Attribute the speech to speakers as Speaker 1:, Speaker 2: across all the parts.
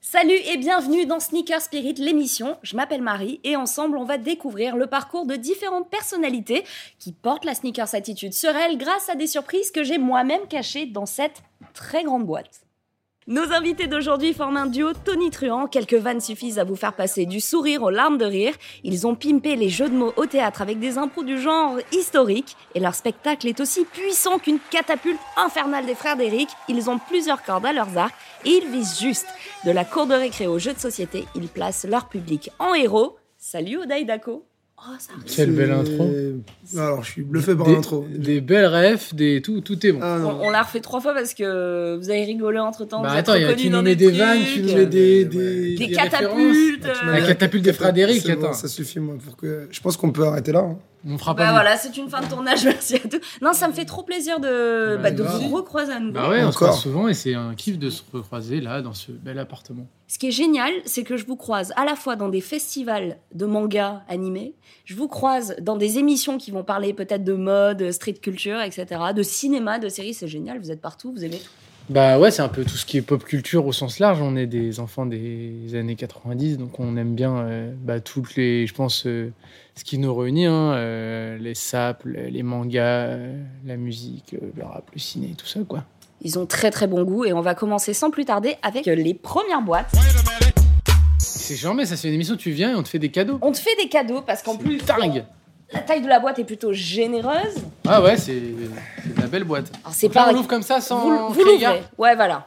Speaker 1: Salut et bienvenue dans Sneaker Spirit, l'émission. Je m'appelle Marie et ensemble, on va découvrir le parcours de différentes personnalités qui portent la sneakers attitude sur elles grâce à des surprises que j'ai moi-même cachées dans cette très grande boîte. Nos invités d'aujourd'hui forment un duo tonitruant. Quelques vannes suffisent à vous faire passer du sourire aux larmes de rire. Ils ont pimpé les jeux de mots au théâtre avec des impros du genre historique. Et leur spectacle est aussi puissant qu'une catapulte infernale des frères d'Eric. Ils ont plusieurs cordes à leurs arcs et ils visent juste. De la cour de récré aux jeux de société, ils placent leur public en héros. Salut Odaï Dako. Oh, ça arrive.
Speaker 2: Quelle belle intro.
Speaker 3: intro. Alors, je suis bluffé par
Speaker 2: Des-
Speaker 3: l'intro.
Speaker 2: Des belles refs, des tout, tout est bon.
Speaker 3: Ah non.
Speaker 1: On, on l'a refait trois fois parce que vous avez rigolé entre temps.
Speaker 2: Bah attends, il y a- tu nous mets des vannes, tu nous mets des, des,
Speaker 1: euh, Des
Speaker 2: références.
Speaker 1: catapultes,
Speaker 2: Ah, tu
Speaker 1: euh,
Speaker 2: m'as- La catapulte de Frédéric,
Speaker 3: C'est bon,
Speaker 2: attends.
Speaker 3: ça suffit, moi, pour que. Je pense qu'on peut arrêter là. hein.
Speaker 2: On fera pas
Speaker 1: Bah
Speaker 2: mieux.
Speaker 1: voilà, c'est une fin de tournage, merci à tous. Non, ça me fait trop plaisir de,
Speaker 2: Bah,
Speaker 1: bah, de
Speaker 2: grave.
Speaker 1: vous recroiser à nouveau.
Speaker 2: Bah ouais, on se
Speaker 3: Encore.
Speaker 2: croise souvent et c'est un kiff de se recroiser là dans ce bel appartement.
Speaker 1: Ce qui est génial, c'est que je vous croise à la fois dans des festivals de mangas animés, je vous croise dans des émissions qui vont parler peut-être de mode, street culture, etc., de cinéma, de séries, c'est génial, vous êtes partout, vous aimez tout.
Speaker 2: Bah ouais, c'est un peu tout ce qui est pop culture au sens large. On est des enfants des années 90, donc on aime bien euh, bah, toutes les, je pense, euh, ce qui nous réunit, hein, euh, les sapes, le- les mangas, euh, la musique, euh, le rap, le ciné, tout ça quoi.
Speaker 1: Ils ont très très bon goût et on va commencer sans plus tarder avec les premières boîtes.
Speaker 2: C'est jamais ça, c'est une émission, tu viens et on te fait des cadeaux.
Speaker 1: On te fait des cadeaux parce qu'en
Speaker 2: C'est
Speaker 1: plus,
Speaker 2: dingue.
Speaker 1: la taille de la boîte est plutôt généreuse.
Speaker 2: Ah ouais, c'est c'est de la belle boîte.
Speaker 1: Alors c'est
Speaker 2: Donc là,
Speaker 1: pas...
Speaker 2: on l'ouvre comme ça sans
Speaker 1: Vous, vous
Speaker 2: crier,
Speaker 1: l'ouvrez. Ouais, voilà.
Speaker 2: gars.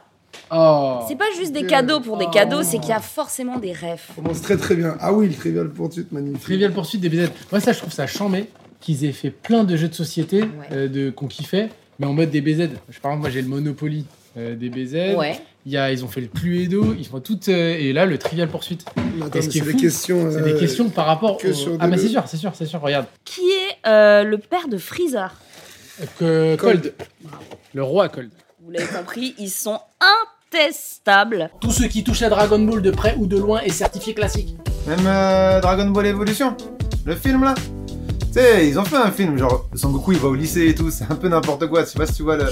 Speaker 2: Oh.
Speaker 1: C'est pas juste des
Speaker 3: Dieu.
Speaker 1: cadeaux pour des cadeaux,
Speaker 2: Oh.
Speaker 1: c'est qu'il y a forcément des rêves.
Speaker 3: On commence très très bien. Ah oui, le trivial poursuite, magnifique.
Speaker 2: Trivial poursuite des BZ. Moi ça je trouve ça chambé qu'ils aient fait plein de jeux de société euh, de qu'on kiffait mais en mode des BZ. Je par exemple moi j'ai le Monopoly euh, des BZ.
Speaker 1: Ouais.
Speaker 2: Il y a, ils ont fait le Cluedo, ils font toutes euh, et là le Trivial poursuite.
Speaker 3: Mais attends,
Speaker 2: Et ce
Speaker 3: mais
Speaker 2: qui est
Speaker 3: c'est des
Speaker 2: fou,
Speaker 3: questions.
Speaker 2: C'est des
Speaker 3: euh,
Speaker 2: questions par rapport
Speaker 3: que
Speaker 2: au-
Speaker 3: sur
Speaker 2: Ah
Speaker 3: des
Speaker 2: mais c'est
Speaker 3: le-
Speaker 2: sûr, c'est sûr, c'est sûr, regarde.
Speaker 1: Qui est euh, le père de Freezer
Speaker 2: Euh, Que Cold.
Speaker 3: Cold.
Speaker 2: Le roi Cold.
Speaker 1: Vous l'avez compris, ils sont intestables.
Speaker 2: Tous ceux qui touchent à Dragon Ball de près ou de loin est certifié classique.
Speaker 4: Même euh, Dragon Ball Evolution, le film là. Tu sais, ils ont fait un film, genre Son Goku il va au lycée et tout, c'est un peu n'importe quoi, je sais pas si tu vois le.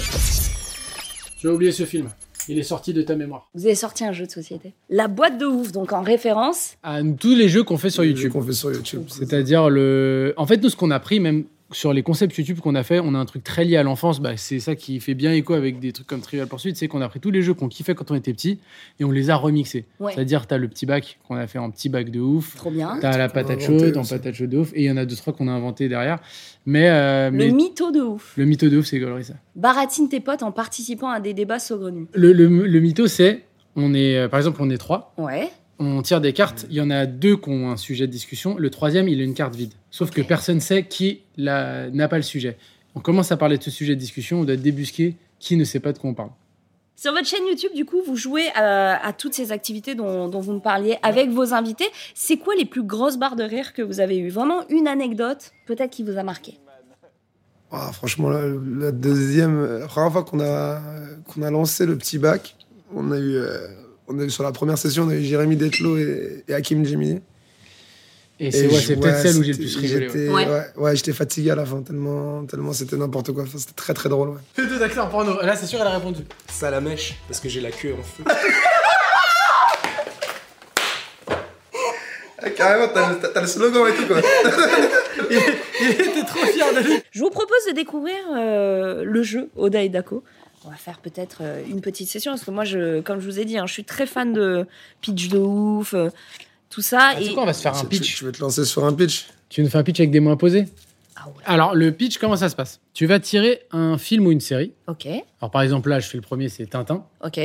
Speaker 2: J'ai oublié ce film. Il est sorti de ta mémoire.
Speaker 1: Vous avez sorti un jeu de société. La boîte de ouf, donc en référence.
Speaker 2: À tous les jeux qu'on fait sur
Speaker 3: les
Speaker 2: YouTube.
Speaker 3: Qu'on fait sur YouTube.
Speaker 2: C'est-à-dire le. En fait, nous, ce qu'on a pris, même sur les concepts YouTube qu'on a fait, on a un truc très lié à l'enfance. Bah, c'est ça qui fait bien écho avec des trucs comme Trivial Pursuit, c'est qu'on a pris tous les jeux qu'on kiffait quand on était petit et on les a remixés.
Speaker 1: Ouais.
Speaker 2: C'est-à-dire, t'as le petit bac qu'on a fait en petit bac de ouf.
Speaker 1: Trop bien.
Speaker 2: T'as la
Speaker 3: qu'on a
Speaker 2: patate
Speaker 3: inventé
Speaker 2: chaude, en
Speaker 3: aussi.
Speaker 2: patate chaude de ouf, et il y en a deux trois qu'on a inventé derrière. Mais, euh, mais
Speaker 1: Le mytho de ouf.
Speaker 2: le mytho de ouf, c'est gaulerie ça.
Speaker 1: Baratine tes potes en participant à des débats saugrenus.
Speaker 2: Le, le, le mytho, c'est on est, euh, par exemple, on est trois.
Speaker 1: Ouais.
Speaker 2: On tire des cartes, il y en a deux qui ont un sujet de discussion, le troisième, il a une carte vide. Sauf que personne sait qui la- n'a pas le sujet. On commence à parler de ce sujet de discussion, on doit débusquer qui ne sait pas de quoi on parle.
Speaker 1: Sur votre chaîne YouTube, du coup, vous jouez euh, à, à toutes ces activités dont, dont vous me parliez avec vos invités. C'est quoi les plus grosses barres de rire que vous avez eues Vraiment une anecdote, peut-être qui vous a marqué.
Speaker 3: Ah, franchement, la, la deuxième, la première fois qu'on a, qu'on a lancé le petit bac, on a eu, euh, on a eu sur la première session, on a eu Jérémy Detlo et, et Hakim Jemini.
Speaker 2: Et c'est
Speaker 3: Et
Speaker 2: ouais,
Speaker 3: je-
Speaker 2: c'est peut-être
Speaker 3: ouais,
Speaker 2: celle où j'ai le
Speaker 3: c'était-
Speaker 2: plus rigolé. ouais.
Speaker 3: j'étais-
Speaker 1: ouais.
Speaker 3: Ouais, ouais, j'étais fatigué à la fin, tellement, tellement c'était n'importe quoi. Enfin, c'était très très drôle. Ouais.
Speaker 2: Les deux accents porno, là c'est sûr, elle a répondu.
Speaker 5: Ça la mèche, parce que j'ai la queue en feu.
Speaker 3: carrément, t'as le slogan et tout quoi.
Speaker 1: Je vous propose de découvrir euh, le jeu Oda et Dako. On va faire peut-être euh, une petite session parce que moi, je, comme je vous ai dit, hein, je suis très fan de pitch de ouf, euh, tout ça.
Speaker 2: Ah, tu sais
Speaker 1: et-
Speaker 2: quoi, on va se faire un
Speaker 3: Tu-
Speaker 2: pitch.
Speaker 3: Tu, tu veux te lancer sur un pitch
Speaker 2: Tu nous fais un pitch avec des mots imposés
Speaker 1: Ah ouais.
Speaker 2: Alors, le pitch, comment ça se passe Tu vas tirer un film ou une série.
Speaker 1: Ok,
Speaker 2: Alors par exemple, là, je fais le premier, c'est Tintin.
Speaker 1: ok.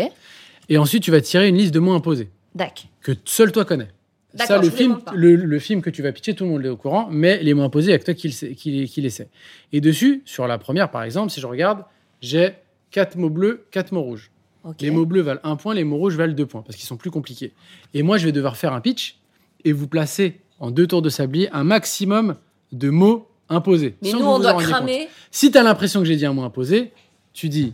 Speaker 2: Et ensuite, tu vas tirer une liste de mots imposés.
Speaker 1: Dac.
Speaker 2: que seul toi connais.
Speaker 1: D'accord,
Speaker 2: Ça, le
Speaker 1: je vous
Speaker 2: film,
Speaker 1: demande pas.
Speaker 2: le, le film que tu vas pitcher, tout le monde est au courant, mais les mots imposés, il y a que toi qui, le sais- qui- qui les sais. Et dessus, sur la première, par exemple, si je regarde, j'ai quatre mots bleus, quatre mots rouges.
Speaker 1: Ok.
Speaker 2: Les mots bleus valent un point, les mots rouges valent deux points, parce qu'ils sont plus compliqués. Et moi, je vais devoir faire un pitch et vous placer en deux tours de sablier un maximum de mots imposés.
Speaker 1: Mais
Speaker 2: sans
Speaker 1: nous,
Speaker 2: que vous
Speaker 1: on
Speaker 2: vous en
Speaker 1: doit
Speaker 2: rendiez compte.
Speaker 1: cramer.
Speaker 2: Si tu as l'impression que j'ai dit un mot imposé, tu dis,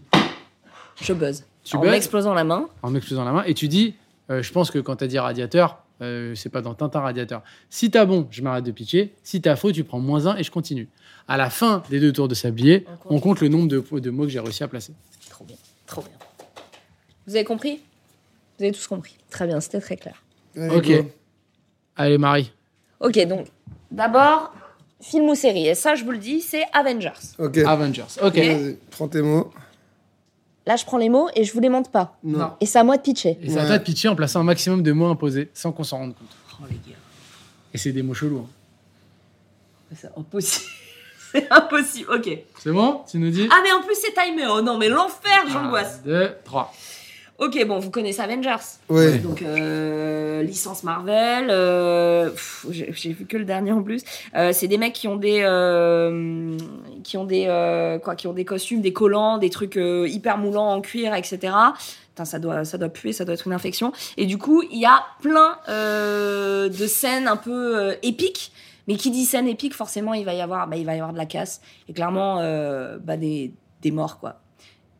Speaker 1: Je buzz.
Speaker 2: tu
Speaker 1: en
Speaker 2: buzzes,
Speaker 1: explosant la main.
Speaker 2: en m'explosant la main, et tu dis, euh, je pense que quand t'as dit radiateur, euh, c'est pas dans Tintin radiateur. Si t'as bon, je m'arrête de pitcher. Si t'as faux, tu prends moins un et je continue. À la fin des deux tours de sablier,
Speaker 1: On compte.
Speaker 2: on compte le nombre de, de mots que j'ai réussi à placer.
Speaker 1: Trop bien, trop bien. Vous avez compris Vous avez tous compris. Très bien, c'était très clair.
Speaker 3: Allez,
Speaker 2: Ok.
Speaker 3: go.
Speaker 2: Allez, Marie.
Speaker 1: Ok, donc d'abord, film ou série. Et ça, je vous le dis, c'est Avengers.
Speaker 3: Ok.
Speaker 2: Avengers. Ah, Ok.
Speaker 1: Et-
Speaker 3: Vas-y, prends tes mots.
Speaker 1: Là, je prends les mots et je vous les montre pas.
Speaker 2: Non.
Speaker 1: Et c'est à moi de pitcher.
Speaker 2: Et c'est à
Speaker 3: Ouais.
Speaker 2: toi de pitcher en plaçant un maximum de mots imposés sans qu'on s'en rende compte.
Speaker 1: Oh les gars,
Speaker 2: Et c'est des mots chelous. hein.
Speaker 1: c'est impossible. c'est impossible, ok.
Speaker 2: C'est bon Tu nous dis
Speaker 1: Ah mais en plus c'est timé, oh non mais l'enfer,
Speaker 2: Un,
Speaker 1: j'angoisse.
Speaker 2: deux, trois.
Speaker 1: Ok, bon, vous connaissez Avengers.
Speaker 3: Ouais.
Speaker 1: Donc euh, licence Marvel, euh, pff, j'ai j'ai vu que le dernier en plus. Euh, c'est des mecs qui ont des euh, qui ont des euh, quoi, qui ont des costumes, des collants, des trucs euh, hyper moulants en cuir, etc. Putain, ça doit ça doit puer, ça doit être une infection. Et du coup, il y a plein euh, de scènes un peu euh, épiques. Mais qui dit scène épique, forcément, il va y avoir, bah, il va y avoir de la casse et clairement euh, bah, des, des morts quoi.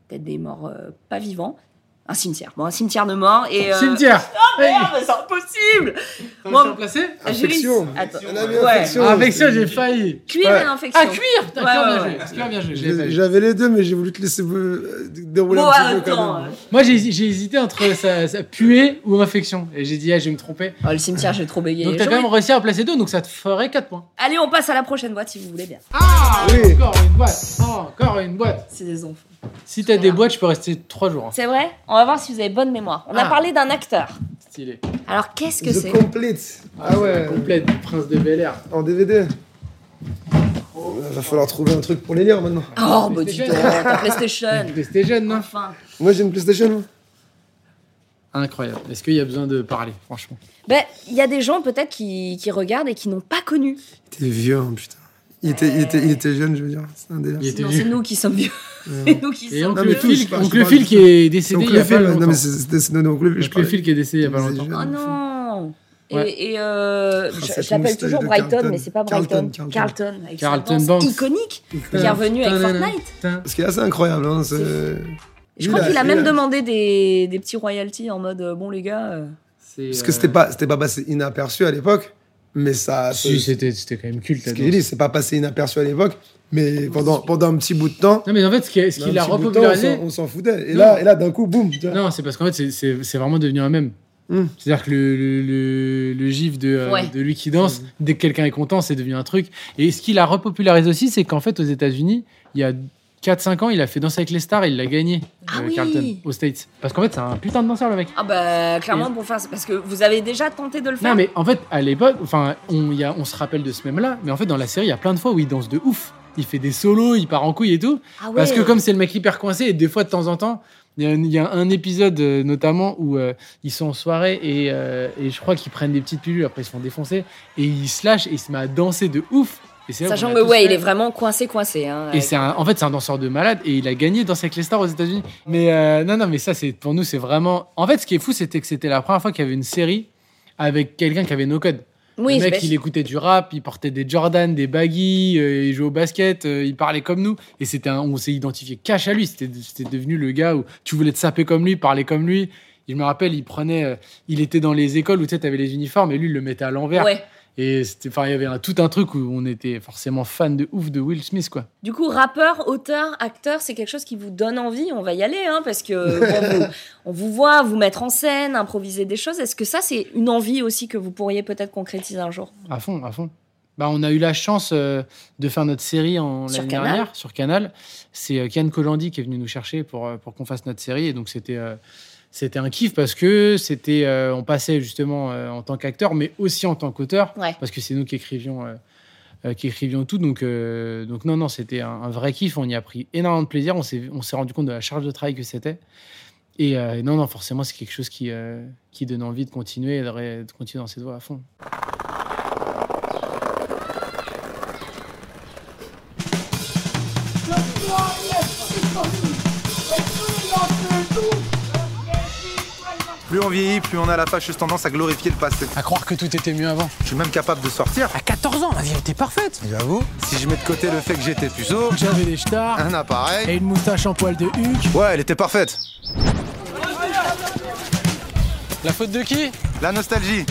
Speaker 1: Peut-être des morts euh, pas vivants. Un cimetière. Bon, un cimetière de morts et euh,
Speaker 2: Cimetière
Speaker 1: Merde, c'est impossible Moi-
Speaker 2: T'as placé
Speaker 3: Infection.
Speaker 1: Juriste, attends,
Speaker 3: Elle a mis
Speaker 1: ouais.
Speaker 3: infection.
Speaker 2: Ah, Avec ça, j'ai failli.
Speaker 1: Cuir
Speaker 3: Ouais.
Speaker 1: et infection.
Speaker 2: Ah, cuir Putain,
Speaker 1: Ouais,
Speaker 2: cuir,
Speaker 1: ouais,
Speaker 2: bien
Speaker 1: ouais.
Speaker 2: joué. Cuir, bien joué. je l'ai
Speaker 3: J'ai-
Speaker 2: pas eu.
Speaker 3: J'avais les deux, mais j'ai voulu te laisser euh, dérouler
Speaker 1: Bon,
Speaker 3: un petit peu
Speaker 1: attends. euh,
Speaker 3: quand même.
Speaker 2: Moi, j'ai j'ai hésité entre ça, ça puer ou infection. Et j'ai dit, ah, je vais me tromper.
Speaker 1: Oh, le cimetière, j'ai trop bégayé.
Speaker 2: Donc, t'as
Speaker 1: J'aurais-
Speaker 2: quand même réussi à en placer deux, donc ça te ferait 4 points.
Speaker 1: Allez, on passe à la prochaine boîte si vous voulez bien.
Speaker 2: Ah
Speaker 3: Oui.
Speaker 2: Encore une boîte Encore une boîte
Speaker 1: C'est des enfants.
Speaker 2: Si t'as des boîtes, je peux rester 3 jours. hein.
Speaker 1: C'est vrai On va voir si vous avez bonne mémoire. On a
Speaker 2: Ah.
Speaker 1: parlé d'un acteur.
Speaker 2: Stylé.
Speaker 1: Alors, qu'est-ce que c'est
Speaker 3: The Complete. Ah ouais.
Speaker 2: Complète, Prince de Bel Air.
Speaker 3: En DVD. Euh, Va falloir trouver un truc pour les lire maintenant.
Speaker 1: Oh, bah dis donc, ta PlayStation
Speaker 2: C'était jeune, non
Speaker 1: Enfin.
Speaker 3: Moi j'ai une PlayStation. hein.
Speaker 2: Incroyable. Est-ce qu'il y a besoin de parler, franchement
Speaker 1: Ben, il y a des gens peut-être qui, qui regardent et qui n'ont pas connu.
Speaker 3: T'es vieux, hein, putain. Il était, il, était, il était jeune, je veux dire. C'est un délire.
Speaker 2: Il était
Speaker 1: Non, c'est
Speaker 2: vieux.
Speaker 1: nous qui sommes vieux.
Speaker 3: Ouais.
Speaker 1: C'est nous qui
Speaker 2: Et
Speaker 1: sommes
Speaker 2: oncle
Speaker 3: mais
Speaker 1: vieux.
Speaker 3: tous,
Speaker 2: Phil,
Speaker 3: je parle- je
Speaker 2: oncle
Speaker 3: parle-
Speaker 2: Phil qui est
Speaker 3: C'est
Speaker 2: décédé il y
Speaker 3: oncle
Speaker 2: a pas
Speaker 3: Phil. Non,
Speaker 2: longtemps.
Speaker 3: mais c'est- c'était c'est- non, oncle Phil. je
Speaker 2: Oncle
Speaker 3: parlais.
Speaker 2: Phil qui est décédé il y a pas
Speaker 3: C'est
Speaker 2: longtemps.
Speaker 1: Oh
Speaker 3: jeune.
Speaker 1: non
Speaker 2: Ouais.
Speaker 1: Et, et, euh,
Speaker 3: Ah,
Speaker 1: je
Speaker 3: cette
Speaker 1: je l'appelle
Speaker 3: moustache
Speaker 1: toujours
Speaker 3: de
Speaker 1: Brighton,
Speaker 3: Carlton.
Speaker 1: mais c'est pas
Speaker 3: Carlton,
Speaker 1: Brighton.
Speaker 3: Carlton.
Speaker 1: avec
Speaker 2: Carlton
Speaker 1: sa danse
Speaker 2: Banks.
Speaker 1: iconique qui est revenu avec Fortnite.
Speaker 3: Parce qu'il est assez incroyable. Hein, ce-
Speaker 1: Je
Speaker 3: Lui,
Speaker 1: crois
Speaker 3: là,
Speaker 1: qu'il a
Speaker 3: lui,
Speaker 1: même
Speaker 3: là.
Speaker 1: demandé des, des petits royalties en mode euh, bon les gars. euh,
Speaker 3: Parce que c'était pas, c'était pas passé inaperçu à l'époque, mais ça.
Speaker 2: Si, c'était c'était quand même culte.
Speaker 3: ce
Speaker 2: la
Speaker 3: qu'il
Speaker 2: danse.
Speaker 3: dit, c'est pas passé inaperçu à l'époque, mais pendant, pendant un petit bout de temps.
Speaker 2: Non, mais en fait, ce qui est- ce
Speaker 3: un
Speaker 2: qu'il a
Speaker 3: petit bout de temps,
Speaker 2: repopularisé.
Speaker 3: on s'en- On s'en foutait. Et
Speaker 2: Non.
Speaker 3: là, et là, d'un coup, boum. tu vois.
Speaker 2: Non, c'est parce qu'en fait, c'est- c'est c'est vraiment devenu un même.
Speaker 3: Hmm.
Speaker 2: C'est-à-dire que le, le, le- le gif de, euh,
Speaker 1: Ouais.
Speaker 2: de lui qui danse, dès que quelqu'un est content, c'est devenu un truc. Et ce qu'il a repopularisé aussi, c'est qu'en fait, aux États-Unis, il y a 4-5 ans, il a fait danser avec les stars, il l'a gagné,
Speaker 1: Ah
Speaker 2: euh,
Speaker 1: oui.
Speaker 2: Carlton, aux States. Parce qu'en fait, c'est un putain de danseur, le mec.
Speaker 1: Ah bah clairement pour faire parce que vous avez déjà tenté de le faire.
Speaker 2: Non, mais en fait, à l'époque, enfin, on, il y a- on se rappelle de ce même-là, mais en fait, dans la série, il y a plein de fois où il danse de ouf. Il fait des solos, il part en couille et tout.
Speaker 1: Ah ouais.
Speaker 2: Parce que comme c'est le mec hyper coincé, et des fois de temps en temps, il y a un- il y, a un épisode euh, notamment où euh, ils sont en soirée et, euh, et je crois qu'ils prennent des petites pilules, après ils se font défoncer, et ils se lâchent et ils se mettent à danser de ouf. Et c'est là
Speaker 1: sachant
Speaker 2: qu'on a
Speaker 1: que
Speaker 2: tous
Speaker 1: ouais
Speaker 2: fait.
Speaker 1: il est vraiment coincé coincé. Hein,
Speaker 2: Et
Speaker 1: avec-
Speaker 2: c'est un- en fait, c'est un danseur de malade et il a gagné Danser avec les stars aux États-Unis. Mais euh, non, non, mais ça, c'est pour nous, c'est vraiment. En fait, ce qui est fou, c'était que c'était la première fois qu'il y avait une série avec quelqu'un qui avait no code.
Speaker 1: oui
Speaker 2: le
Speaker 1: c'est
Speaker 2: mec,
Speaker 1: bête.
Speaker 2: il écoutait du rap, il portait des Jordan, des baggy, euh, il jouait au basket, euh, il parlait comme nous. Et c'était un- on s'est identifié cash à lui. C'était c'était devenu le gars où tu voulais te saper comme lui, parler comme lui. Et je me rappelle, il prenait, euh, il était dans les écoles où tu sais, t'avais les uniformes et lui, il le mettait à l'envers.
Speaker 1: Ouais.
Speaker 2: Et c'était, enfin, il y avait un- tout un truc où on était forcément fan de ouf de Will Smith, quoi.
Speaker 1: Du coup rappeur, auteur, acteur, c'est quelque chose qui vous donne envie, on va y aller hein parce que bon, vous- on vous voit vous mettre en scène, improviser des choses. Est-ce que ça c'est une envie aussi que vous pourriez peut-être concrétiser un jour
Speaker 2: À fond, à fond. Bah, on a eu la chance euh, de faire notre série en
Speaker 1: Sur
Speaker 2: l'année
Speaker 1: Canal.
Speaker 2: dernière sur Canal. C'est euh, Kian Colandi qui est venu nous chercher pour, euh, pour qu'on fasse notre série. Et donc, c'était euh, c'était un kiff parce que c'était euh, on passait justement euh, en tant qu'acteur, mais aussi en tant qu'auteur.
Speaker 1: Ouais.
Speaker 2: Parce que c'est nous qui écrivions, euh, euh, qui écrivions tout. Donc, euh, donc non, non, c'était un, un vrai kiff. On y a pris énormément de plaisir. On s'est on s'est rendu compte de la charge de travail que c'était. Et euh, non, non, forcément, c'est quelque chose qui, euh, qui donne envie de continuer et de, ré- de continuer dans cette voie à fond.
Speaker 4: Plus on vieillit, plus on a la fâcheuse tendance à glorifier le passé.
Speaker 2: À croire que tout était mieux avant.
Speaker 4: Je suis même capable de sortir.
Speaker 6: À 14 ans, la vie était parfaite.
Speaker 4: J'avoue, si je mets de côté le fait que j'étais puceau,
Speaker 2: J'avais des stars
Speaker 4: un appareil.
Speaker 2: et une moustache en poil de Hulk.
Speaker 4: Ouais, elle était parfaite.
Speaker 2: La faute de qui
Speaker 4: La nostalgie.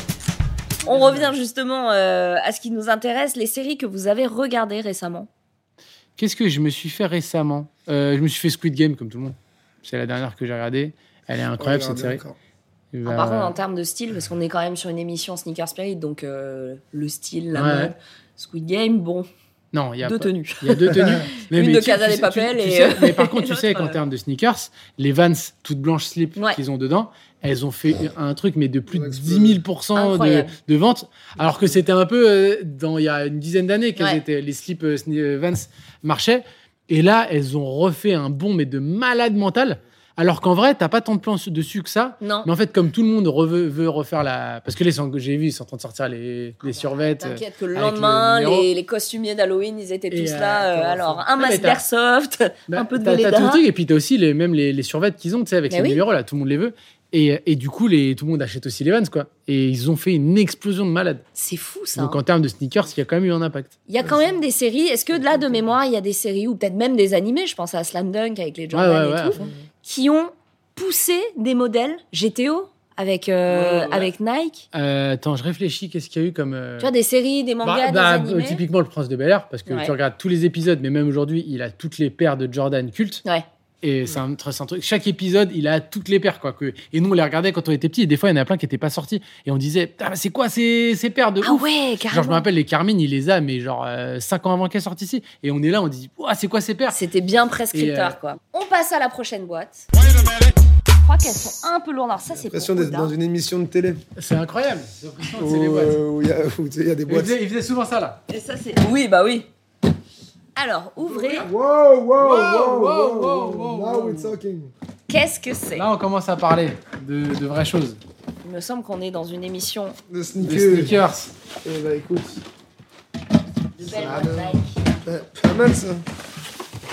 Speaker 1: On revient justement euh, à ce qui nous intéresse, les séries que vous avez regardées récemment.
Speaker 2: Qu'est-ce que je me suis fait récemment Euh, Je me suis fait Squid Game comme tout le monde. C'est la dernière que j'ai regardée. Elle est incroyable
Speaker 3: Ouais,
Speaker 2: cette
Speaker 3: regardez
Speaker 2: série.
Speaker 3: encore.
Speaker 2: Et
Speaker 1: Ah,
Speaker 2: bah,
Speaker 1: par contre, en termes de style, parce qu'on est quand même sur une émission Sneaker Spirit, donc euh, le style, la
Speaker 2: Ouais.
Speaker 1: mode, Squid Game, bon,
Speaker 2: non, il y a
Speaker 1: deux
Speaker 2: pas-
Speaker 1: tenues.
Speaker 2: Il y a deux tenues.
Speaker 1: Une de
Speaker 2: tu-
Speaker 1: Casa
Speaker 2: tu
Speaker 1: de
Speaker 2: sais-
Speaker 1: Papel
Speaker 2: tu- tu
Speaker 1: et,
Speaker 2: sais- mais
Speaker 1: euh,
Speaker 2: par contre, tu sais
Speaker 1: l'autre,
Speaker 2: qu'en
Speaker 1: euh,
Speaker 2: termes de sneakers, les Vans toutes blanches slip
Speaker 1: Ouais.
Speaker 2: qu'ils ont dedans, elles ont fait un truc, mais de plus de
Speaker 3: Ouais,
Speaker 2: 10 000 de,
Speaker 1: Incroyable.
Speaker 2: de ventes. Alors que c'était un peu euh, dans il y a une dizaine d'années que
Speaker 1: Ouais.
Speaker 2: les slips euh, sne- euh, Vans marchaient. Et là, elles ont refait un bond, mais de malade mental. Alors qu'en vrai, t'as pas tant de plans su- dessus que ça.
Speaker 1: Non.
Speaker 2: Mais en fait, comme tout le monde re- veut, veut refaire la. Parce que les sangs que j'ai vus, ils sont en train de sortir les, les survettes. euh,
Speaker 1: T'inquiète que le
Speaker 2: avec le
Speaker 1: lendemain,
Speaker 2: numéro.
Speaker 1: les, les costumiers d'Halloween, ils étaient
Speaker 2: Et,
Speaker 1: tous
Speaker 2: euh,
Speaker 1: là. euh,
Speaker 2: comment
Speaker 1: alors,
Speaker 2: ça
Speaker 1: un
Speaker 2: Ah, mais
Speaker 1: masque
Speaker 2: t'as-
Speaker 1: d'airsoft,
Speaker 2: Bah,
Speaker 1: un peu de
Speaker 2: t'as- T'as
Speaker 1: Velleda.
Speaker 2: tout le truc, et puis t'as aussi les, même les, les survettes qu'ils ont, tu sais, avec
Speaker 1: Mais
Speaker 2: les
Speaker 1: oui.
Speaker 2: numéros, là, tout le monde les veut. Et, et du coup, les, tout le monde achète aussi les Vans, quoi. Et ils ont fait une explosion de malades.
Speaker 1: C'est fou ça.
Speaker 2: Donc,
Speaker 1: hein.
Speaker 2: en termes de sneakers, il y a quand même eu un impact.
Speaker 1: Il y a quand même des séries. Est-ce que de là, de mémoire, il y a des séries ou peut-être même des animés, je pense à Slam Dunk avec les Jordan
Speaker 2: ouais, ouais,
Speaker 1: et
Speaker 2: à
Speaker 1: tout,
Speaker 2: fond.
Speaker 1: qui ont poussé des modèles GTO avec, euh,
Speaker 5: Ouais, ouais.
Speaker 1: avec Nike.
Speaker 2: Euh, attends, je réfléchis, qu'est-ce qu'il y a eu comme. euh,
Speaker 1: Tu vois, des séries, des
Speaker 2: bah-
Speaker 1: mangas,
Speaker 2: bah,
Speaker 1: des animés.
Speaker 2: euh, typiquement le prince de Bel Air, parce que
Speaker 1: Ouais.
Speaker 2: tu regardes tous les épisodes, mais même aujourd'hui, il a toutes les paires de Jordan culte.
Speaker 1: Ouais. Mm.
Speaker 2: Et c'est un, c'est un truc. Chaque épisode, il a toutes les paires, quoi. Que, et nous, on les regardait quand on était petits, et des fois, il y en a plein qui n'étaient pas sortis. Et on disait, Putain, mais c'est quoi ces, ces paires de
Speaker 1: Ah
Speaker 2: ouf
Speaker 1: ouais,
Speaker 2: Genre, je me
Speaker 1: carrément.
Speaker 2: rappelle, les Carmine, il les a, mais genre 5 ans avant qu'elle sorte ici. Et on est là, on dit, Ouah, c'est quoi ces paires
Speaker 1: C'était bien prescripteur,
Speaker 2: Et, euh,
Speaker 1: quoi. On passe à la prochaine boîte. Je crois qu'elles sont un peu lourdes. Alors ça, c'est pour
Speaker 3: l'impression d'être
Speaker 1: Oda.
Speaker 3: dans une émission de télé
Speaker 2: C'est incroyable. J'ai l'impression que
Speaker 3: où
Speaker 2: c'est les boîtes.
Speaker 3: euh, où il y a- où tu sais, il y a des
Speaker 2: Il
Speaker 3: boîtes.
Speaker 2: faisait, il faisait souvent ça là.
Speaker 1: Et ça, c'est... Oui, bah oui. Alors, ouvrez.
Speaker 3: Wow, wow,
Speaker 2: wow, wow, wow,
Speaker 3: Now
Speaker 2: wow.
Speaker 3: we're talking.
Speaker 1: Qu'est-ce que c'est
Speaker 2: Là, on commence à parler de, de vraies choses.
Speaker 1: Il me semble qu'on est dans une émission
Speaker 3: Le
Speaker 2: Des
Speaker 3: sneaker.
Speaker 2: sneakers.
Speaker 3: Eh bah écoute,
Speaker 1: de belle
Speaker 3: Ah,
Speaker 1: boîte
Speaker 3: non.
Speaker 1: Nike.
Speaker 3: pas, Eh, pas mal ça.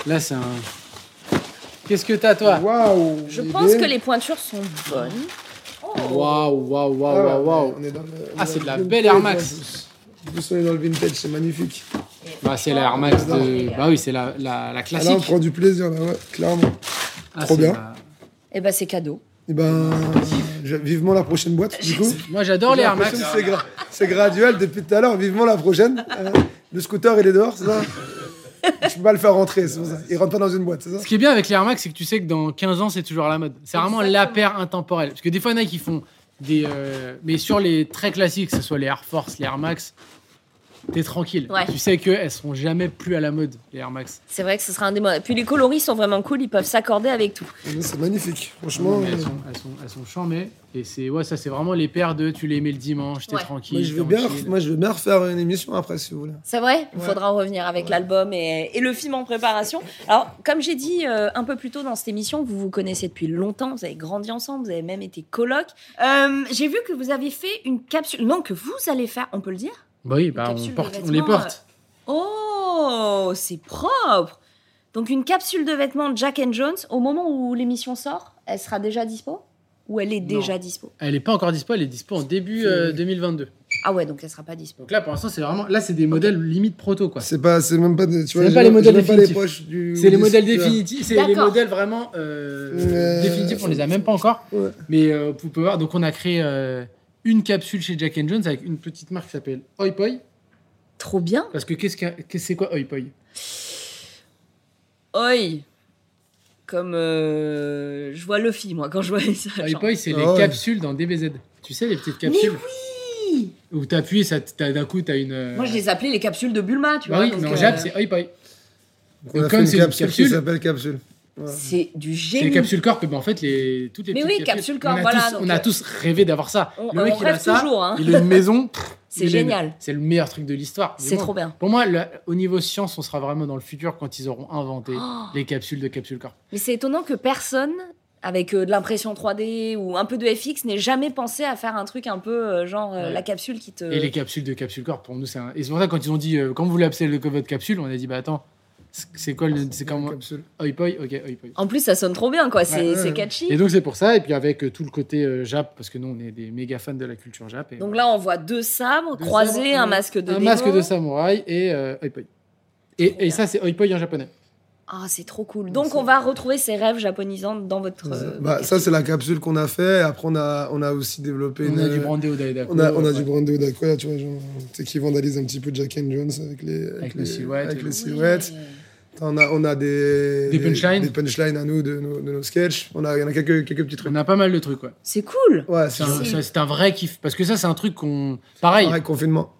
Speaker 2: Là, c'est un. Qu'est-ce que t'as, toi
Speaker 3: Waouh.
Speaker 1: Je
Speaker 3: il est
Speaker 1: pense
Speaker 3: bien.
Speaker 1: que les pointures sont bonnes.
Speaker 2: Waouh, waouh,
Speaker 3: Ah
Speaker 2: waouh,
Speaker 3: ouais,
Speaker 2: waouh, waouh.
Speaker 3: on est dans le- on
Speaker 2: Ah,
Speaker 3: est
Speaker 2: c'est
Speaker 3: dans
Speaker 2: de la
Speaker 3: le
Speaker 2: belle Air
Speaker 3: vintage,
Speaker 2: Max.
Speaker 3: en plus. En plus, on est dans le vintage, c'est magnifique.
Speaker 2: Bah, c'est la Air Max de.
Speaker 1: Et
Speaker 2: Bah oui, c'est la, la, la
Speaker 3: Ah, là, on
Speaker 2: classique.
Speaker 3: prend du plaisir, là, ouais, clairement.
Speaker 2: Ah,
Speaker 3: trop
Speaker 2: c'est
Speaker 3: bien.
Speaker 2: la-
Speaker 1: Eh ben, c'est cadeau.
Speaker 3: Et ben, je- vivement la prochaine boîte, du coup.
Speaker 2: Moi, j'adore les
Speaker 3: J'ai
Speaker 2: Air Max.
Speaker 3: l'impression que C'est gra- c'est graduel depuis tout à l'heure. Vivement la prochaine. Euh, le scooter, il est dehors, c'est ça Je peux pas le faire rentrer, c'est pour ça. Il rentre pas dans une boîte, c'est ça
Speaker 2: Ce qui est bien avec les Air Max, c'est que tu sais que dans 15 ans, c'est toujours à la mode. C'est vraiment la
Speaker 1: Exactement.
Speaker 2: paire intemporelle. Parce que des fois, Nike, ils font des. euh, mais sur les très classiques, que ce soit les Air Force, les Air Max, t'es tranquille.
Speaker 1: Ouais.
Speaker 2: Tu sais qu'elles seront jamais plus à la mode, les Air Max.
Speaker 1: C'est vrai que ce sera un des modes. Puis les coloris sont vraiment cool, ils peuvent s'accorder avec tout.
Speaker 3: Mais Eh ben, C'est magnifique, franchement.
Speaker 2: Non, mais elles, sont, elles, sont, elles sont chambées. Et c'est. Ouais, ça, c'est vraiment les paires de tu les mets le dimanche, t'es
Speaker 1: Ouais.
Speaker 2: tranquille.
Speaker 3: Moi je,
Speaker 2: t'es
Speaker 3: veux
Speaker 2: en
Speaker 3: bien,
Speaker 2: chill.
Speaker 3: moi, je veux bien refaire une émission après, si vous voulez.
Speaker 1: C'est vrai Il
Speaker 3: Ouais.
Speaker 1: faudra en revenir avec l'album et, et le film en préparation. Alors, comme j'ai dit euh, un peu plus tôt dans cette émission, vous vous connaissez depuis longtemps, vous avez grandi ensemble, vous avez même été coloc. Euh, j'ai vu que vous avez fait une capsule. Non, que vous allez faire, on peut le dire
Speaker 2: Bah oui, bah, on,
Speaker 1: capsules de
Speaker 2: porte, on les
Speaker 1: vêtements, euh,
Speaker 2: porte.
Speaker 1: Oh, c'est propre Donc, une capsule de vêtements Jack and Jones, au moment où l'émission sort, elle sera déjà dispo Ou elle est déjà dispo
Speaker 2: Elle est pas encore dispo, elle est dispo en début euh, 2022.
Speaker 1: Ah ouais, donc elle sera pas dispo.
Speaker 2: Donc là, pour l'instant, c'est vraiment. Là, c'est des modèles limite proto, quoi.
Speaker 3: C'est pas, c'est même pas, des- tu vois,
Speaker 2: même
Speaker 3: j'ai
Speaker 2: pas les
Speaker 3: j'ai
Speaker 2: modèles
Speaker 3: même pas les
Speaker 2: définitifs.
Speaker 3: poches du.
Speaker 2: C'est les
Speaker 3: du-
Speaker 2: modèles
Speaker 3: tu vois.
Speaker 2: définitifs, c'est les
Speaker 1: D'accord.
Speaker 2: modèles vraiment euh,
Speaker 3: Euh,
Speaker 2: définitifs. On les a même pas encore,
Speaker 3: Ouais.
Speaker 2: mais euh, vous pouvez voir. Donc on a créé euh, une capsule chez Jack and Jones avec une petite marque qui s'appelle Oi Poi.
Speaker 1: Trop bien
Speaker 2: Parce que qu'est-ce qu'un- qu'est-ce que c'est quoi Oi Poi
Speaker 1: Oi Comme euh, je vois Luffy, moi, quand je vois ça.
Speaker 2: Oi
Speaker 1: genre.
Speaker 2: Poi, c'est les
Speaker 3: Ah ouais.
Speaker 2: capsules dans DBZ. Tu sais les petites capsules
Speaker 1: oui
Speaker 2: où t'appuies, ça t- t'as- d'un coup t'as une. euh,
Speaker 1: Moi, je les appelais les capsules de Bulma, tu
Speaker 2: bah
Speaker 1: vois.
Speaker 2: oui,
Speaker 1: donc,
Speaker 2: mais en
Speaker 1: euh,
Speaker 2: Jap c'est Oi Poi.
Speaker 3: Donc,
Speaker 2: Donc,
Speaker 3: On a
Speaker 2: comme
Speaker 3: fait
Speaker 2: c'est
Speaker 3: une
Speaker 2: une
Speaker 3: capsule qui
Speaker 2: capsule-
Speaker 3: s'appelle capsule. Voilà.
Speaker 1: C'est du
Speaker 2: C'est les
Speaker 1: génie.
Speaker 2: capsules corps, ben en fait les toutes les
Speaker 1: Mais
Speaker 2: petites
Speaker 1: oui, capsules
Speaker 2: capsules.
Speaker 1: corps,
Speaker 2: on a
Speaker 1: voilà,
Speaker 2: tous,
Speaker 1: donc,
Speaker 2: on a
Speaker 1: euh,
Speaker 2: tous rêvé d'avoir ça.
Speaker 1: On,
Speaker 2: Le mec
Speaker 1: Oh, on
Speaker 2: il a
Speaker 1: rêve
Speaker 2: ça,
Speaker 1: toujours, hein.
Speaker 2: il a une maison.
Speaker 1: C'est
Speaker 2: il a une-
Speaker 1: génial.
Speaker 2: C'est le meilleur truc de l'histoire. du
Speaker 1: C'est
Speaker 2: monde.
Speaker 1: trop bien.
Speaker 2: Pour moi, le- au niveau science, on sera vraiment dans le futur quand ils auront inventé
Speaker 1: Oh.
Speaker 2: les capsules de Capsule Corp.
Speaker 1: Mais c'est étonnant que personne, avec euh, de l'impression 3D ou un peu de FX, n'ait jamais pensé à faire un truc un peu euh, genre euh,
Speaker 2: Ouais.
Speaker 1: la capsule qui te.
Speaker 2: Et les capsules de Capsule Corp, pour nous, c'est un... Et c'est pour ça quand ils ont dit, euh, quand vous l'appelez le- votre capsule, on a dit, bah attends, c'est c'est quoi le. C'est
Speaker 3: Une
Speaker 2: comment.
Speaker 3: capsule.
Speaker 2: Oi poi, ok, oi poi.
Speaker 1: En plus, ça sonne trop bien, quoi. C'est
Speaker 3: Ouais, ouais,
Speaker 1: c'est
Speaker 3: ouais.
Speaker 1: catchy.
Speaker 2: Et donc c'est pour ça, et puis avec euh, tout le côté euh, Jap, parce que nous, on est des méga fans de la culture Jap. Et
Speaker 1: Donc là, on voit deux sabres
Speaker 2: Deux
Speaker 1: croisés,
Speaker 2: sabres,
Speaker 1: un masque de
Speaker 2: un
Speaker 1: démon.
Speaker 2: masque de samouraï et euh, oi poi. Et, et
Speaker 1: bien.
Speaker 2: ça, c'est oi poi en japonais.
Speaker 1: Ah, c'est trop cool. Donc on va retrouver ces rêves japonisants dans votre. euh,
Speaker 3: Bah, ça, c'est la capsule qu'on a fait. Après, on a, on a aussi développé
Speaker 2: On
Speaker 3: une. euh,
Speaker 2: a du brandé au Daidako.
Speaker 3: On a, on a
Speaker 2: ouais.
Speaker 3: du brand de d'aqua, tu vois, genre, tu sais, qui vandalise un petit peu de Jack and Jones avec les,
Speaker 2: Avec les silhouettes et
Speaker 3: Avec les
Speaker 2: tout.
Speaker 3: silhouettes.
Speaker 1: Ouais.
Speaker 3: On a, on a des,
Speaker 2: Des punchlines
Speaker 3: des punchlines à nous de nos, de nos sketchs. On a, il y en a quelques, quelques petits trucs.
Speaker 2: On a pas mal de trucs, ouais.
Speaker 1: C'est cool.
Speaker 3: Ouais,
Speaker 2: C'est
Speaker 3: c'est
Speaker 2: un,
Speaker 1: Si.
Speaker 2: ça, c'est un vrai kiff. Parce que ça, c'est un truc qu'on. Pareil.
Speaker 3: pareil, confinement.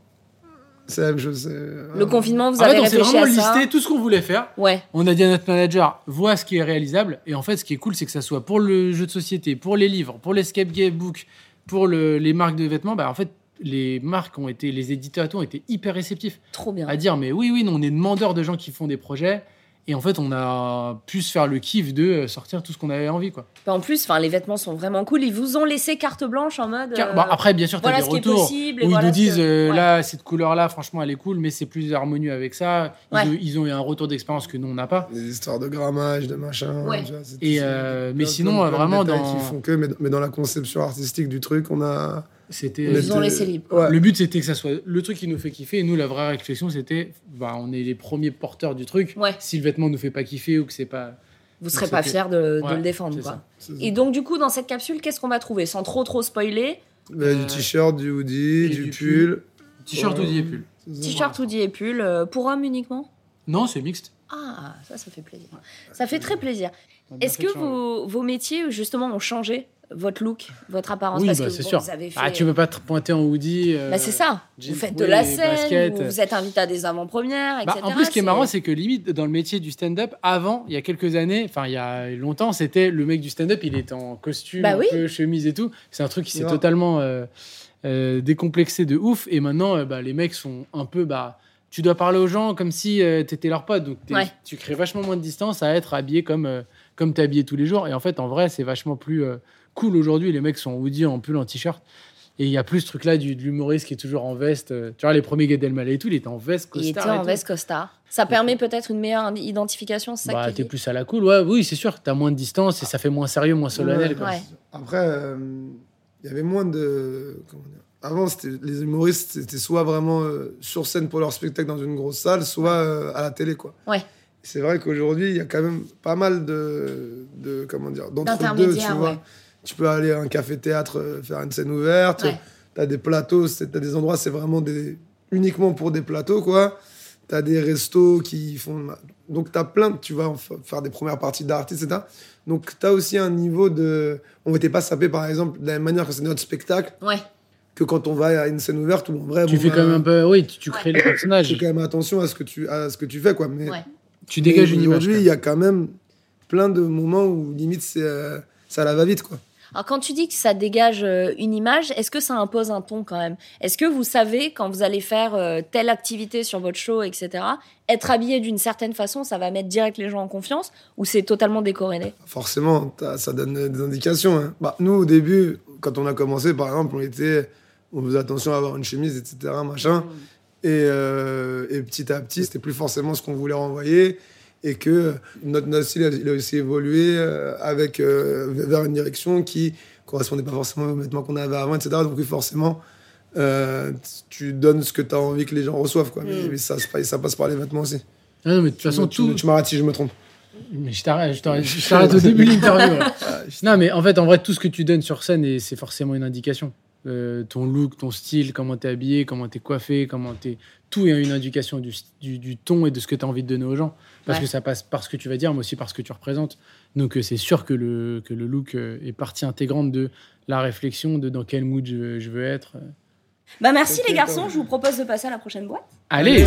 Speaker 3: C'est la même chose. c'est-
Speaker 1: Le
Speaker 3: ouais.
Speaker 1: confinement, vous
Speaker 2: en
Speaker 1: avez
Speaker 2: fait, on s'est
Speaker 1: réfléchi
Speaker 2: vraiment
Speaker 1: à ça.
Speaker 2: listé tout ce qu'on voulait faire.
Speaker 1: Ouais.
Speaker 2: On a dit à notre manager, vois ce qui est réalisable. Et en fait, ce qui est cool, c'est que ça soit pour le jeu de société, pour les livres, pour les escape game book, pour le- les marques de vêtements. Bah, en fait, les marques ont été, les éditeurs et tout ont été hyper réceptifs
Speaker 1: Trop bien.
Speaker 2: à dire, mais oui, oui, nous, on est demandeurs de gens qui font des projets. Et en fait, on a pu se faire le kiff de sortir tout ce qu'on avait envie, quoi.
Speaker 1: Bah, en plus, enfin, les vêtements sont vraiment cool. Ils vous ont laissé carte blanche en mode.
Speaker 2: Car-
Speaker 1: euh,
Speaker 2: bon, après, bien sûr, tu as
Speaker 1: voilà
Speaker 2: des
Speaker 1: ce qui est
Speaker 2: retours.
Speaker 1: possible. et
Speaker 2: Où ils
Speaker 1: voilà
Speaker 2: nous
Speaker 1: ce que-
Speaker 2: disent, euh,
Speaker 1: Ouais.
Speaker 2: là, cette couleur-là, franchement, elle est cool, mais c'est plus harmonieux avec ça. Ils,
Speaker 1: Ouais.
Speaker 2: ont- ils ont eu un retour d'expérience que nous, on n'a pas.
Speaker 3: Des histoires de grammage, de machin.
Speaker 1: Ouais.
Speaker 3: tu vois, c'est-
Speaker 2: Et,
Speaker 3: c'est-
Speaker 2: euh,
Speaker 3: plein-
Speaker 2: mais
Speaker 3: plein-
Speaker 2: sinon,
Speaker 3: plein de
Speaker 2: euh, vraiment,
Speaker 3: détails
Speaker 2: dans-
Speaker 3: qui font que, mais, mais dans la conception artistique du truc, on a.
Speaker 2: C'était.
Speaker 1: Ils
Speaker 3: on
Speaker 1: nous ont
Speaker 3: était-
Speaker 1: laissé libre.
Speaker 3: Ouais.
Speaker 2: Le but, c'était que ça soit le truc qui nous fait kiffer. Et nous, la vraie réflexion, c'était, bah, on est les premiers porteurs du truc.
Speaker 1: Ouais.
Speaker 2: Si le vêtement nous fait pas kiffer ou que c'est pas.
Speaker 1: Vous serez
Speaker 2: Donc,
Speaker 1: pas
Speaker 2: c'était-
Speaker 1: fiers de, de
Speaker 2: Ouais,
Speaker 1: le défendre,
Speaker 2: c'est
Speaker 1: quoi.
Speaker 2: ça.
Speaker 3: c'est-
Speaker 1: Et donc, du coup, dans cette capsule, qu'est-ce qu'on va trouver Sans trop trop spoiler.
Speaker 3: bah,
Speaker 2: Euh,
Speaker 3: du t-shirt, du
Speaker 2: et
Speaker 3: hoodie, du,
Speaker 2: du
Speaker 3: pull.
Speaker 2: T-shirt,
Speaker 3: Ouais.
Speaker 2: hoodie et pull.
Speaker 1: T-shirt, hoodie et pull. euh, pour hommes uniquement
Speaker 2: Non, c'est mixte.
Speaker 1: Ah, ça, ça fait plaisir. Ça fait très plaisir.
Speaker 2: On a bien
Speaker 1: Est-ce
Speaker 2: fait de
Speaker 1: que
Speaker 2: changer.
Speaker 1: vos, vos métiers, justement, ont changé votre look, votre apparence
Speaker 2: Oui,
Speaker 1: Parce
Speaker 2: bah,
Speaker 1: que
Speaker 2: c'est
Speaker 1: bon,
Speaker 2: sûr.
Speaker 1: vous avez fait.
Speaker 2: Ah, tu veux pas te pointer en hoodie euh,
Speaker 1: Bah, c'est ça.
Speaker 2: jeans
Speaker 1: Vous faites de
Speaker 2: troués,
Speaker 1: la scène,
Speaker 2: baskets.
Speaker 1: vous, vous êtes invité à des avant-premières,
Speaker 2: Bah,
Speaker 1: etc.
Speaker 2: en plus, ce qui est
Speaker 1: C'est-
Speaker 2: marrant, c'est que limite, dans le métier du stand-up, avant, il y a quelques années, enfin, il y a longtemps, c'était le mec du stand-up, il était en costume,
Speaker 1: Bah
Speaker 2: un
Speaker 1: oui.
Speaker 2: peu chemise et tout. C'est un truc qui s'est
Speaker 3: Non.
Speaker 2: totalement euh, euh, décomplexé de ouf. Et maintenant, euh, bah, les mecs sont un peu. Bah, tu dois parler aux gens comme si euh, t'étais leur pote. Donc, t'es-
Speaker 1: Ouais.
Speaker 2: tu crées vachement moins de distance à être habillé comme, euh, comme t'es habillé tous les jours. Et en fait, en vrai, c'est vachement plus euh, cool aujourd'hui. Les mecs sont en hoodie, en pull, en t-shirt. Et il y a plus ce truc-là du- de l'humoriste qui est toujours en veste. euh, Tu vois, les premiers Gad Elmaleh et tout, il était en veste,
Speaker 1: Il était
Speaker 2: costard et
Speaker 1: en
Speaker 2: tout.
Speaker 1: veste costard. Ça permet peut-être une meilleure identification, c'est ça
Speaker 2: Bah,
Speaker 1: qui est
Speaker 2: t'es
Speaker 1: dit.
Speaker 2: plus à la cool, ouais, oui, c'est sûr, t'as moins de distance et ça fait moins sérieux, moins solennel. quoi.
Speaker 1: Ouais.
Speaker 3: Après, euh, il y avait moins de. comment dire Avant, c'était- les humoristes c'était soit vraiment euh, sur scène pour leur spectacle dans une grosse salle, soit euh, à la télé, quoi.
Speaker 1: Ouais.
Speaker 3: C'est vrai qu'aujourd'hui, il y a quand même pas mal de, de comment dire, d'entre deux, tu
Speaker 1: D'intermédiaires,
Speaker 3: vois.
Speaker 1: ouais.
Speaker 3: Tu peux aller à un café-théâtre euh, faire une scène ouverte.
Speaker 1: Ouais.
Speaker 3: T'as des plateaux, c'est- t'as des endroits, c'est vraiment des, uniquement pour des plateaux, quoi. T'as des restos qui font. Donc t'as plein, de- tu vas en fa- faire des premières parties d'artistes, etc. Donc t'as aussi un niveau de. On n'était pas sapé, par exemple, de la même manière que c'est notre spectacle,
Speaker 1: Ouais.
Speaker 3: que quand on va à une scène ouverte, où en vrai.
Speaker 2: Tu
Speaker 3: bon,
Speaker 2: fais
Speaker 3: bah,
Speaker 2: quand même un peu, oui, tu, tu crées le
Speaker 3: tu
Speaker 2: personnage,
Speaker 3: fais quand même attention à ce que tu, à ce que tu fais, quoi. Mais
Speaker 1: Ouais.
Speaker 2: tu dégages
Speaker 3: mais
Speaker 2: une image.
Speaker 3: Aujourd'hui, il
Speaker 2: quoi.
Speaker 3: y a quand même plein de moments où limite c'est. euh, ça la va vite, quoi.
Speaker 1: Alors quand tu dis que ça dégage euh, une image, est-ce que ça impose un ton quand même Est-ce que vous savez quand vous allez faire euh, telle activité sur votre show, etc. Être habillé d'une certaine façon, ça va mettre direct les gens en confiance ou c'est totalement décorrélé
Speaker 3: forcément, t'as- ça donne euh, des indications. hein. Bah, nous, au début, quand on a commencé, par exemple, on était, on faisait attention à avoir une chemise, etc., machin.
Speaker 1: Mm.
Speaker 3: Et, euh, et petit à petit, c'était plus forcément ce qu'on voulait renvoyer. Et que notre, notre style, il a- il a aussi évolué euh, avec, euh, vers une direction qui correspondait pas forcément aux vêtements qu'on avait avant, etc. Donc, oui, forcément, euh, tu donnes ce que tu as envie que les gens reçoivent. Quoi.
Speaker 1: Mm.
Speaker 3: Mais, mais ça, se passe- ça passe par les vêtements aussi.
Speaker 2: Ah non, mais de toute façon,
Speaker 3: tu,
Speaker 2: tout.
Speaker 3: tu m'arrêtes si je me trompe.
Speaker 2: Mais je t'arrête, je t'arrête- je t'arrête au début de l'interview. ouais. Non, mais en fait, en vrai, tout ce que tu donnes sur scène, et c'est forcément une indication. Euh, ton look, ton style, comment t'es habillé, comment t'es coiffé, comment t'es. Tout est une indication du, du- du ton et de ce que t'as envie de donner aux gens. Parce
Speaker 1: Ouais.
Speaker 2: que ça passe par ce que tu vas dire, mais aussi par ce que tu représentes. Donc, euh, c'est sûr que le, que le look euh, est partie intégrante de la réflexion, de dans quel mood je, je veux être.
Speaker 1: Bah merci
Speaker 3: Ok,
Speaker 1: les garçons,
Speaker 3: attends.
Speaker 1: je vous propose de passer à la prochaine boîte.
Speaker 2: Allez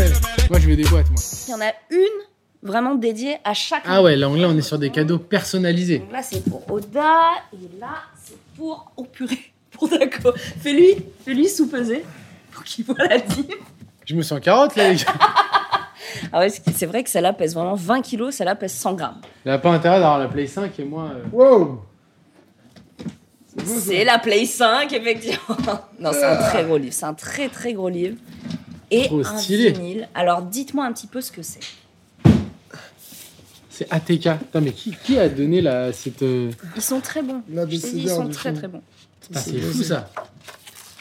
Speaker 2: Moi, je veux des boîtes, moi.
Speaker 1: Il y en a une vraiment dédiée à chaque.
Speaker 2: Ah ouais, là, on- là, on est sur des cadeaux personnalisés.
Speaker 1: Donc là, c'est pour Oda, et là, c'est pour. Oh purée, pour Daco. Fais-lui fais sous-peser pour qu'il voit la dîme.
Speaker 2: Je me sens carotte, là, les gars.
Speaker 1: Ah ouais, c'est c'est vrai que celle-là pèse vraiment 20 kilos, celle-là pèse 100 grammes.
Speaker 2: Elle a pas intérêt d'avoir la Play 5 et moi. euh,
Speaker 3: Wow!
Speaker 1: C'est la Play 5, effectivement. Non, c'est un très gros livre, c'est un très très gros livre. Et
Speaker 2: Trop
Speaker 1: un
Speaker 2: stylé.
Speaker 1: vinyle. Alors dites-moi un petit peu ce que c'est.
Speaker 2: C'est ATK. Putain, mais qui, qui a donné la, cette. euh,
Speaker 1: Ils sont très bons.
Speaker 2: Ah,
Speaker 3: Là,
Speaker 1: Je t'ai dit, ils
Speaker 3: décideur
Speaker 1: sont
Speaker 3: du
Speaker 1: très
Speaker 3: film.
Speaker 1: très bons.
Speaker 2: Putain, c'est fou ça.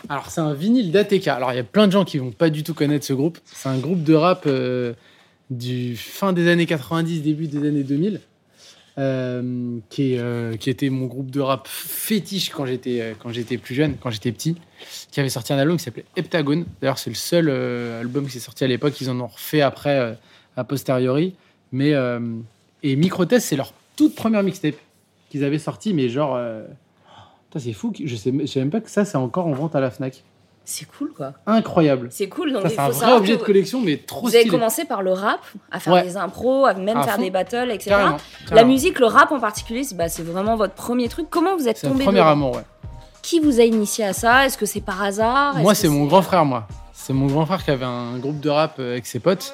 Speaker 2: Alors, c'est un vinyle d'ATK. Alors, il y a plein de gens qui vont pas du tout connaître ce groupe. C'est un groupe de rap euh, du fin des années 90, début des années 2000, euh, qui, est, euh, qui était mon groupe de rap fétiche quand j'étais euh, quand j'étais plus jeune, quand j'étais petit, qui avait sorti un album qui s'appelait Heptagone. D'ailleurs, c'est le seul euh, album qui s'est sorti à l'époque. Ils en ont refait après, euh, a posteriori. Mais, euh, et Microtest, c'est leur toute première mixtape qu'ils avaient sortie, mais genre. euh, putain, c'est fou, je sais, je sais même pas que ça, c'est encore en vente à la Fnac.
Speaker 1: C'est cool, quoi.
Speaker 2: Incroyable.
Speaker 1: C'est cool. Donc,
Speaker 2: Ça,
Speaker 1: il
Speaker 2: c'est
Speaker 1: faut
Speaker 2: un vrai
Speaker 1: savoir
Speaker 2: objet
Speaker 1: que
Speaker 2: de collection, mais trop
Speaker 1: Vous avez
Speaker 2: stylé.
Speaker 1: commencé par le rap, à faire
Speaker 2: Ouais.
Speaker 1: des impros, à même
Speaker 2: À
Speaker 1: faire
Speaker 2: fond.
Speaker 1: des battles, etc.
Speaker 2: Carrément,
Speaker 1: La
Speaker 2: carrément.
Speaker 1: musique, le rap en particulier, c'est bah, c'est vraiment votre premier truc. Comment vous êtes
Speaker 2: C'est un
Speaker 1: tombé
Speaker 2: premier
Speaker 1: dedans
Speaker 2: amour, ouais.
Speaker 1: Qui vous a initié à ça Est-ce que c'est par hasard
Speaker 2: Moi,
Speaker 1: Ah, Est-ce
Speaker 2: c'est
Speaker 1: que
Speaker 2: mon grand frère, moi. C'est mon grand frère qui avait un groupe de rap euh, avec ses potes.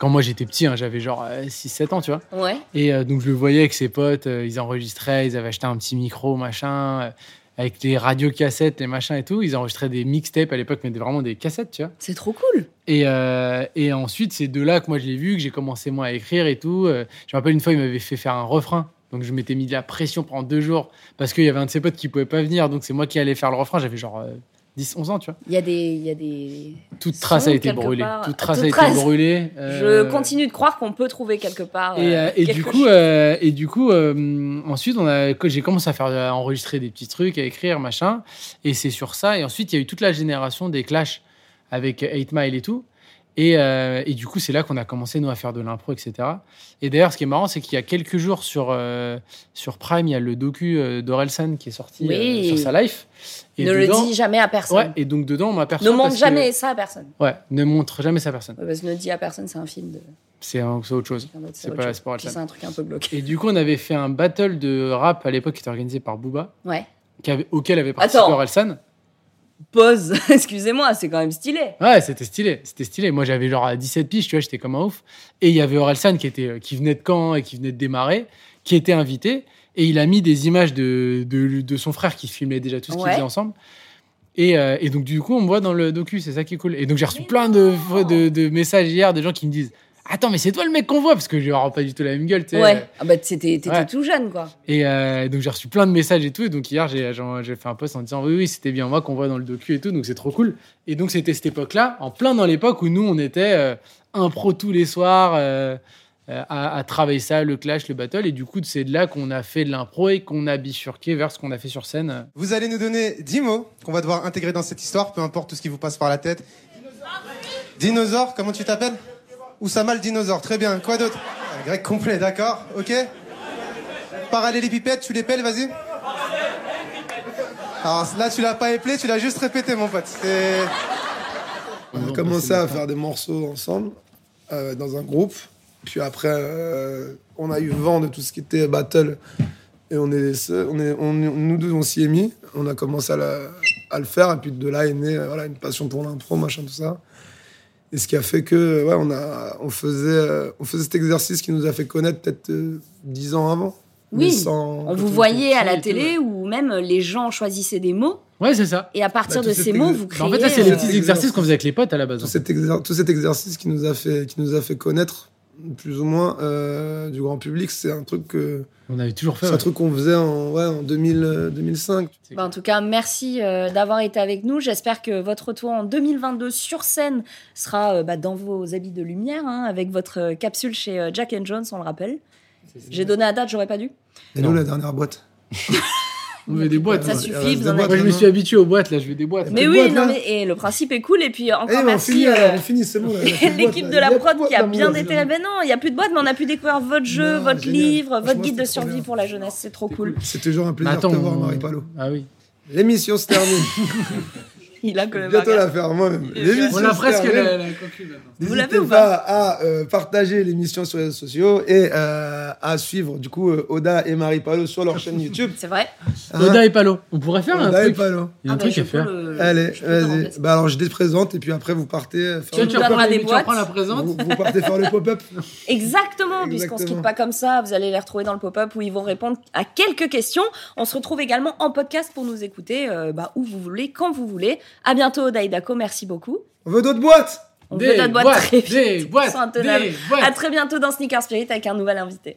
Speaker 2: Quand moi j'étais petit, hein, j'avais genre 6-7 ans, tu vois.
Speaker 1: Ouais.
Speaker 2: Et euh, donc je le voyais avec ses potes, euh, ils enregistraient, ils avaient acheté un petit micro, machin, euh, avec les radios cassettes, les machins et tout. Ils enregistraient des mixtapes à l'époque, mais des- vraiment des cassettes, tu vois.
Speaker 1: C'est trop cool.
Speaker 2: Et, euh, et ensuite, c'est de là que moi je l'ai vu, que j'ai commencé moi à écrire et tout. Euh, je me rappelle une fois, il m'avait fait faire un refrain. Donc je m'étais mis de la pression pendant deux jours parce qu'il y avait un de ses potes qui pouvait pas venir. Donc c'est moi qui allais faire le refrain. J'avais genre 10-11 ans, tu vois.
Speaker 1: Il y a des, il y a des.
Speaker 2: Toute trace
Speaker 1: Son,
Speaker 2: a été
Speaker 1: quelque
Speaker 2: brûlée.
Speaker 1: part.
Speaker 2: Toute trace
Speaker 1: Toute
Speaker 2: a été
Speaker 1: trace.
Speaker 2: brûlée.
Speaker 1: Je
Speaker 2: Euh,
Speaker 1: continue de croire qu'on peut trouver quelque part.
Speaker 2: Et,
Speaker 1: euh,
Speaker 2: euh, et du
Speaker 1: quelque
Speaker 2: coup,
Speaker 1: chose.
Speaker 2: euh, et du coup, euh, ensuite, on a, que j'ai commencé à faire à enregistrer des petits trucs, à écrire, machin. Et c'est sur ça. Et ensuite, il y a eu toute la génération des clashs avec 8 Mile et tout. Et, euh, et du coup, c'est là qu'on a commencé, nous, à faire de l'impro, etc. Et d'ailleurs, ce qui est marrant, c'est qu'il y a quelques jours sur, euh, sur Prime, il y a le docu euh, d'Orelsan qui est sorti
Speaker 1: Oui.
Speaker 2: euh, sur sa life. Et
Speaker 1: ne
Speaker 2: dedans-
Speaker 1: le dis jamais à
Speaker 2: Ouais,
Speaker 1: personne.
Speaker 2: et donc dedans, on m'aperçoit.
Speaker 1: ne montre
Speaker 2: parce que-
Speaker 1: jamais ça à personne.
Speaker 2: Ouais, ne montre jamais sa personne.
Speaker 1: Ouais, Parce que ne dis à personne, c'est un film de
Speaker 2: C'est un- c'est autre chose.
Speaker 1: quelqu'un d'autre.
Speaker 2: C'est
Speaker 1: autre
Speaker 2: pas
Speaker 1: chose.
Speaker 2: Sport
Speaker 1: Puis
Speaker 2: Atlanta.
Speaker 1: C'est un truc un peu glauque.
Speaker 2: Et du coup, on avait fait un battle de rap à l'époque qui était organisé par Booba,
Speaker 1: Ouais.
Speaker 2: qui avait- auquel avait participé
Speaker 1: Attends.
Speaker 2: Orelsan.
Speaker 1: Pause. Excusez-moi, c'est quand même stylé.
Speaker 2: Ouais, c'était stylé, c'était stylé. Moi, j'avais genre à 17 piges, tu vois, j'étais comme un ouf. Et il y avait Orelsan qui, était, euh, qui venait de Caen et qui venait de démarrer, qui était invité. Et il a mis des images de, de, de son frère qui filmait déjà tout ce qu'ils
Speaker 1: Ouais.
Speaker 2: faisaient ensemble. Et, euh, et donc, du coup, on me voit dans le docu, c'est ça qui est cool. Et donc, j'ai reçu plein de, de, de messages hier de gens qui me disent Attends, mais c'est toi le mec qu'on voit Parce que je n'aurai pas du tout la même gueule, tu sais.
Speaker 1: Ouais. Ah bah c'était, t'étais
Speaker 2: Ouais.
Speaker 1: tout jeune quoi.
Speaker 2: Et euh, donc j'ai reçu plein de messages et tout. Et donc hier, j'ai j'en- j'ai fait un post en disant oui, oui, c'était bien moi qu'on voit dans le docu et tout. Donc c'est trop cool. Et donc c'était cette époque-là, en plein dans l'époque où nous, on était euh, impro tous les soirs euh, euh, à, à travailler ça, le clash, le battle. Et du coup, c'est de là qu'on a fait de l'impro et qu'on a bifurqué vers ce qu'on a fait sur scène.
Speaker 7: Vous allez nous donner 10 mots qu'on va devoir intégrer dans cette histoire, peu importe tout ce qui vous passe par la tête. Dinosaure, comment tu t'appelles Oussama le dinosaure, très bien. Quoi d'autre Un grec complet, d'accord, ok Parallélépipède, tu l'épelles, vas-y Alors là, tu l'as pas épelé, tu l'as juste répété, mon pote. C'est-
Speaker 2: Bon,
Speaker 3: On a
Speaker 2: bah, c'est
Speaker 3: commencé à
Speaker 2: marrant.
Speaker 3: faire des morceaux ensemble, euh, dans un groupe. Puis après, euh, on a eu vent de tout ce qui était battle. Et on est, les seuls- on est on- nous deux, on s'y est mis. On a commencé à, la- à le faire. Et puis de là est née euh, voilà, une passion pour l'impro, machin, tout ça. Et ce qui a fait que, ouais, on, a, on, faisait, euh, on faisait cet exercice qui nous a fait connaître peut-être euh, dix ans avant.
Speaker 1: Oui,
Speaker 3: Mais sans-
Speaker 1: On
Speaker 3: quand
Speaker 1: vous
Speaker 3: était
Speaker 1: voyait à
Speaker 2: petit et
Speaker 1: la
Speaker 2: tout,
Speaker 1: télé ou même les gens choisissaient des mots
Speaker 2: Ouais, c'est ça.
Speaker 1: et à partir
Speaker 3: Bah, tout
Speaker 1: de
Speaker 3: cet
Speaker 1: ces mots
Speaker 3: exer-
Speaker 1: vous
Speaker 2: Mais
Speaker 1: créez.
Speaker 2: en fait, là, c'est les
Speaker 3: euh,
Speaker 2: petits exercices qu'on faisait avec les potes à la base.
Speaker 3: tout
Speaker 2: hein.
Speaker 3: cet, exer- tout cet exercice qui nous a fait, qui nous a fait connaître plus ou moins euh, du grand public, c'est un truc que
Speaker 2: On avait toujours fait.
Speaker 3: c'est un
Speaker 2: ouais.
Speaker 3: truc qu'on faisait en, ouais, en 2000, euh, 2005.
Speaker 1: Bah, en tout cas, merci euh, d'avoir été avec nous. J'espère que votre retour en 2022 sur scène sera euh, bah, dans vos habits de lumière, hein, avec votre euh, capsule chez euh, Jack and Jones, on le rappelle. J'ai donné la date, j'aurais pas dû.
Speaker 3: Et
Speaker 2: Non.
Speaker 3: nous, la dernière boîte.
Speaker 2: On faisait des boîtes.
Speaker 1: Ça
Speaker 3: Ouais,
Speaker 2: moi.
Speaker 1: suffit,
Speaker 3: ouais,
Speaker 1: vous
Speaker 3: des
Speaker 1: en
Speaker 3: boîtes,
Speaker 2: Moi, je me suis habitué aux boîtes, là, je vais des boîtes.
Speaker 1: Mais
Speaker 3: plus de
Speaker 1: oui,
Speaker 3: boîte,
Speaker 1: non,
Speaker 3: là.
Speaker 1: mais et le principe est cool. Et puis encore
Speaker 3: Eh, mais on
Speaker 1: merci.
Speaker 3: finit,
Speaker 1: euh,
Speaker 3: alors, on finit, c'est bon. là, il y a plus de
Speaker 1: L'équipe
Speaker 3: boîte,
Speaker 1: de la
Speaker 3: là. Il y a plus de
Speaker 1: prod
Speaker 3: boîte,
Speaker 1: qui a
Speaker 3: là, mon
Speaker 1: bien
Speaker 3: gars.
Speaker 1: déterré. Ben non, il n'y a plus de boîte, mais on a pu découvrir votre jeu,
Speaker 3: Non,
Speaker 1: votre
Speaker 3: génial.
Speaker 1: livre, votre
Speaker 3: Franchement,
Speaker 1: guide de
Speaker 3: c'était trop
Speaker 1: survie
Speaker 3: bien.
Speaker 1: pour la jeunesse. C'est trop cool.
Speaker 3: C'est toujours un plaisir
Speaker 2: Bah, Attends,
Speaker 3: de te voir,
Speaker 2: on-
Speaker 3: Marie Palot.
Speaker 2: Ah oui.
Speaker 3: L'émission se termine.
Speaker 1: Il a que le
Speaker 3: Bientôt
Speaker 1: bargain.
Speaker 3: la faire moi-même. L'émission
Speaker 2: On a
Speaker 3: se
Speaker 2: presque
Speaker 3: termine.
Speaker 2: la, la conclu, maintenant.
Speaker 1: Vous l'avez
Speaker 3: N'hésitez
Speaker 1: ou
Speaker 3: pas à euh, partager l'émission sur les réseaux sociaux et euh, à suivre du coup euh, Oda et Marie Palot sur leur chaîne YouTube.
Speaker 1: C'est vrai.
Speaker 3: Hein
Speaker 2: Oda et Palo. On pourrait faire un
Speaker 3: Oda et
Speaker 2: truc.
Speaker 3: Palot.
Speaker 2: Il y a un
Speaker 1: Ah, bah,
Speaker 2: truc
Speaker 1: je
Speaker 2: à
Speaker 1: peux
Speaker 2: faire.
Speaker 1: le-
Speaker 3: Allez,
Speaker 1: je peux le
Speaker 3: vas-y.
Speaker 1: remplacer.
Speaker 3: Bah alors je les présente et puis après vous partez euh,
Speaker 2: Tu vois,
Speaker 3: faire
Speaker 1: nous
Speaker 2: tu
Speaker 3: le-
Speaker 1: donneras
Speaker 2: reprends
Speaker 1: des
Speaker 2: les- tu reprends
Speaker 1: boîtes.
Speaker 2: la présente.
Speaker 3: vous, vous partez faire le pop-up.
Speaker 1: Exactement, puisqu'on se quitte
Speaker 3: Exactement.
Speaker 1: pas comme ça. Vous allez les retrouver dans le pop-up où ils vont répondre à quelques questions. On se retrouve également en podcast pour nous écouter euh, bah, où vous voulez, quand vous voulez. À bientôt, Daidako. Merci beaucoup.
Speaker 3: On veut d'autres boîtes
Speaker 1: On veut notre boîte très vite.
Speaker 2: Des
Speaker 1: Ils
Speaker 2: boîtes,
Speaker 1: sont intenables.
Speaker 2: des boîtes.
Speaker 1: À très bientôt dans Sneaker Spirit avec un nouvel invité.